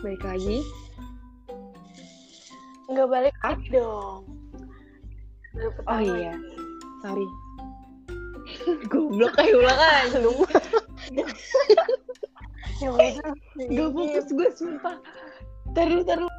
Balik lagi. Nggak balik Ah? lagi dong. Baru pertama iya. lagi. Sorry. Goblok kayak ulang aja lu. Ya udah. Ya Gak fokus gue sumpah. Taruh taruh.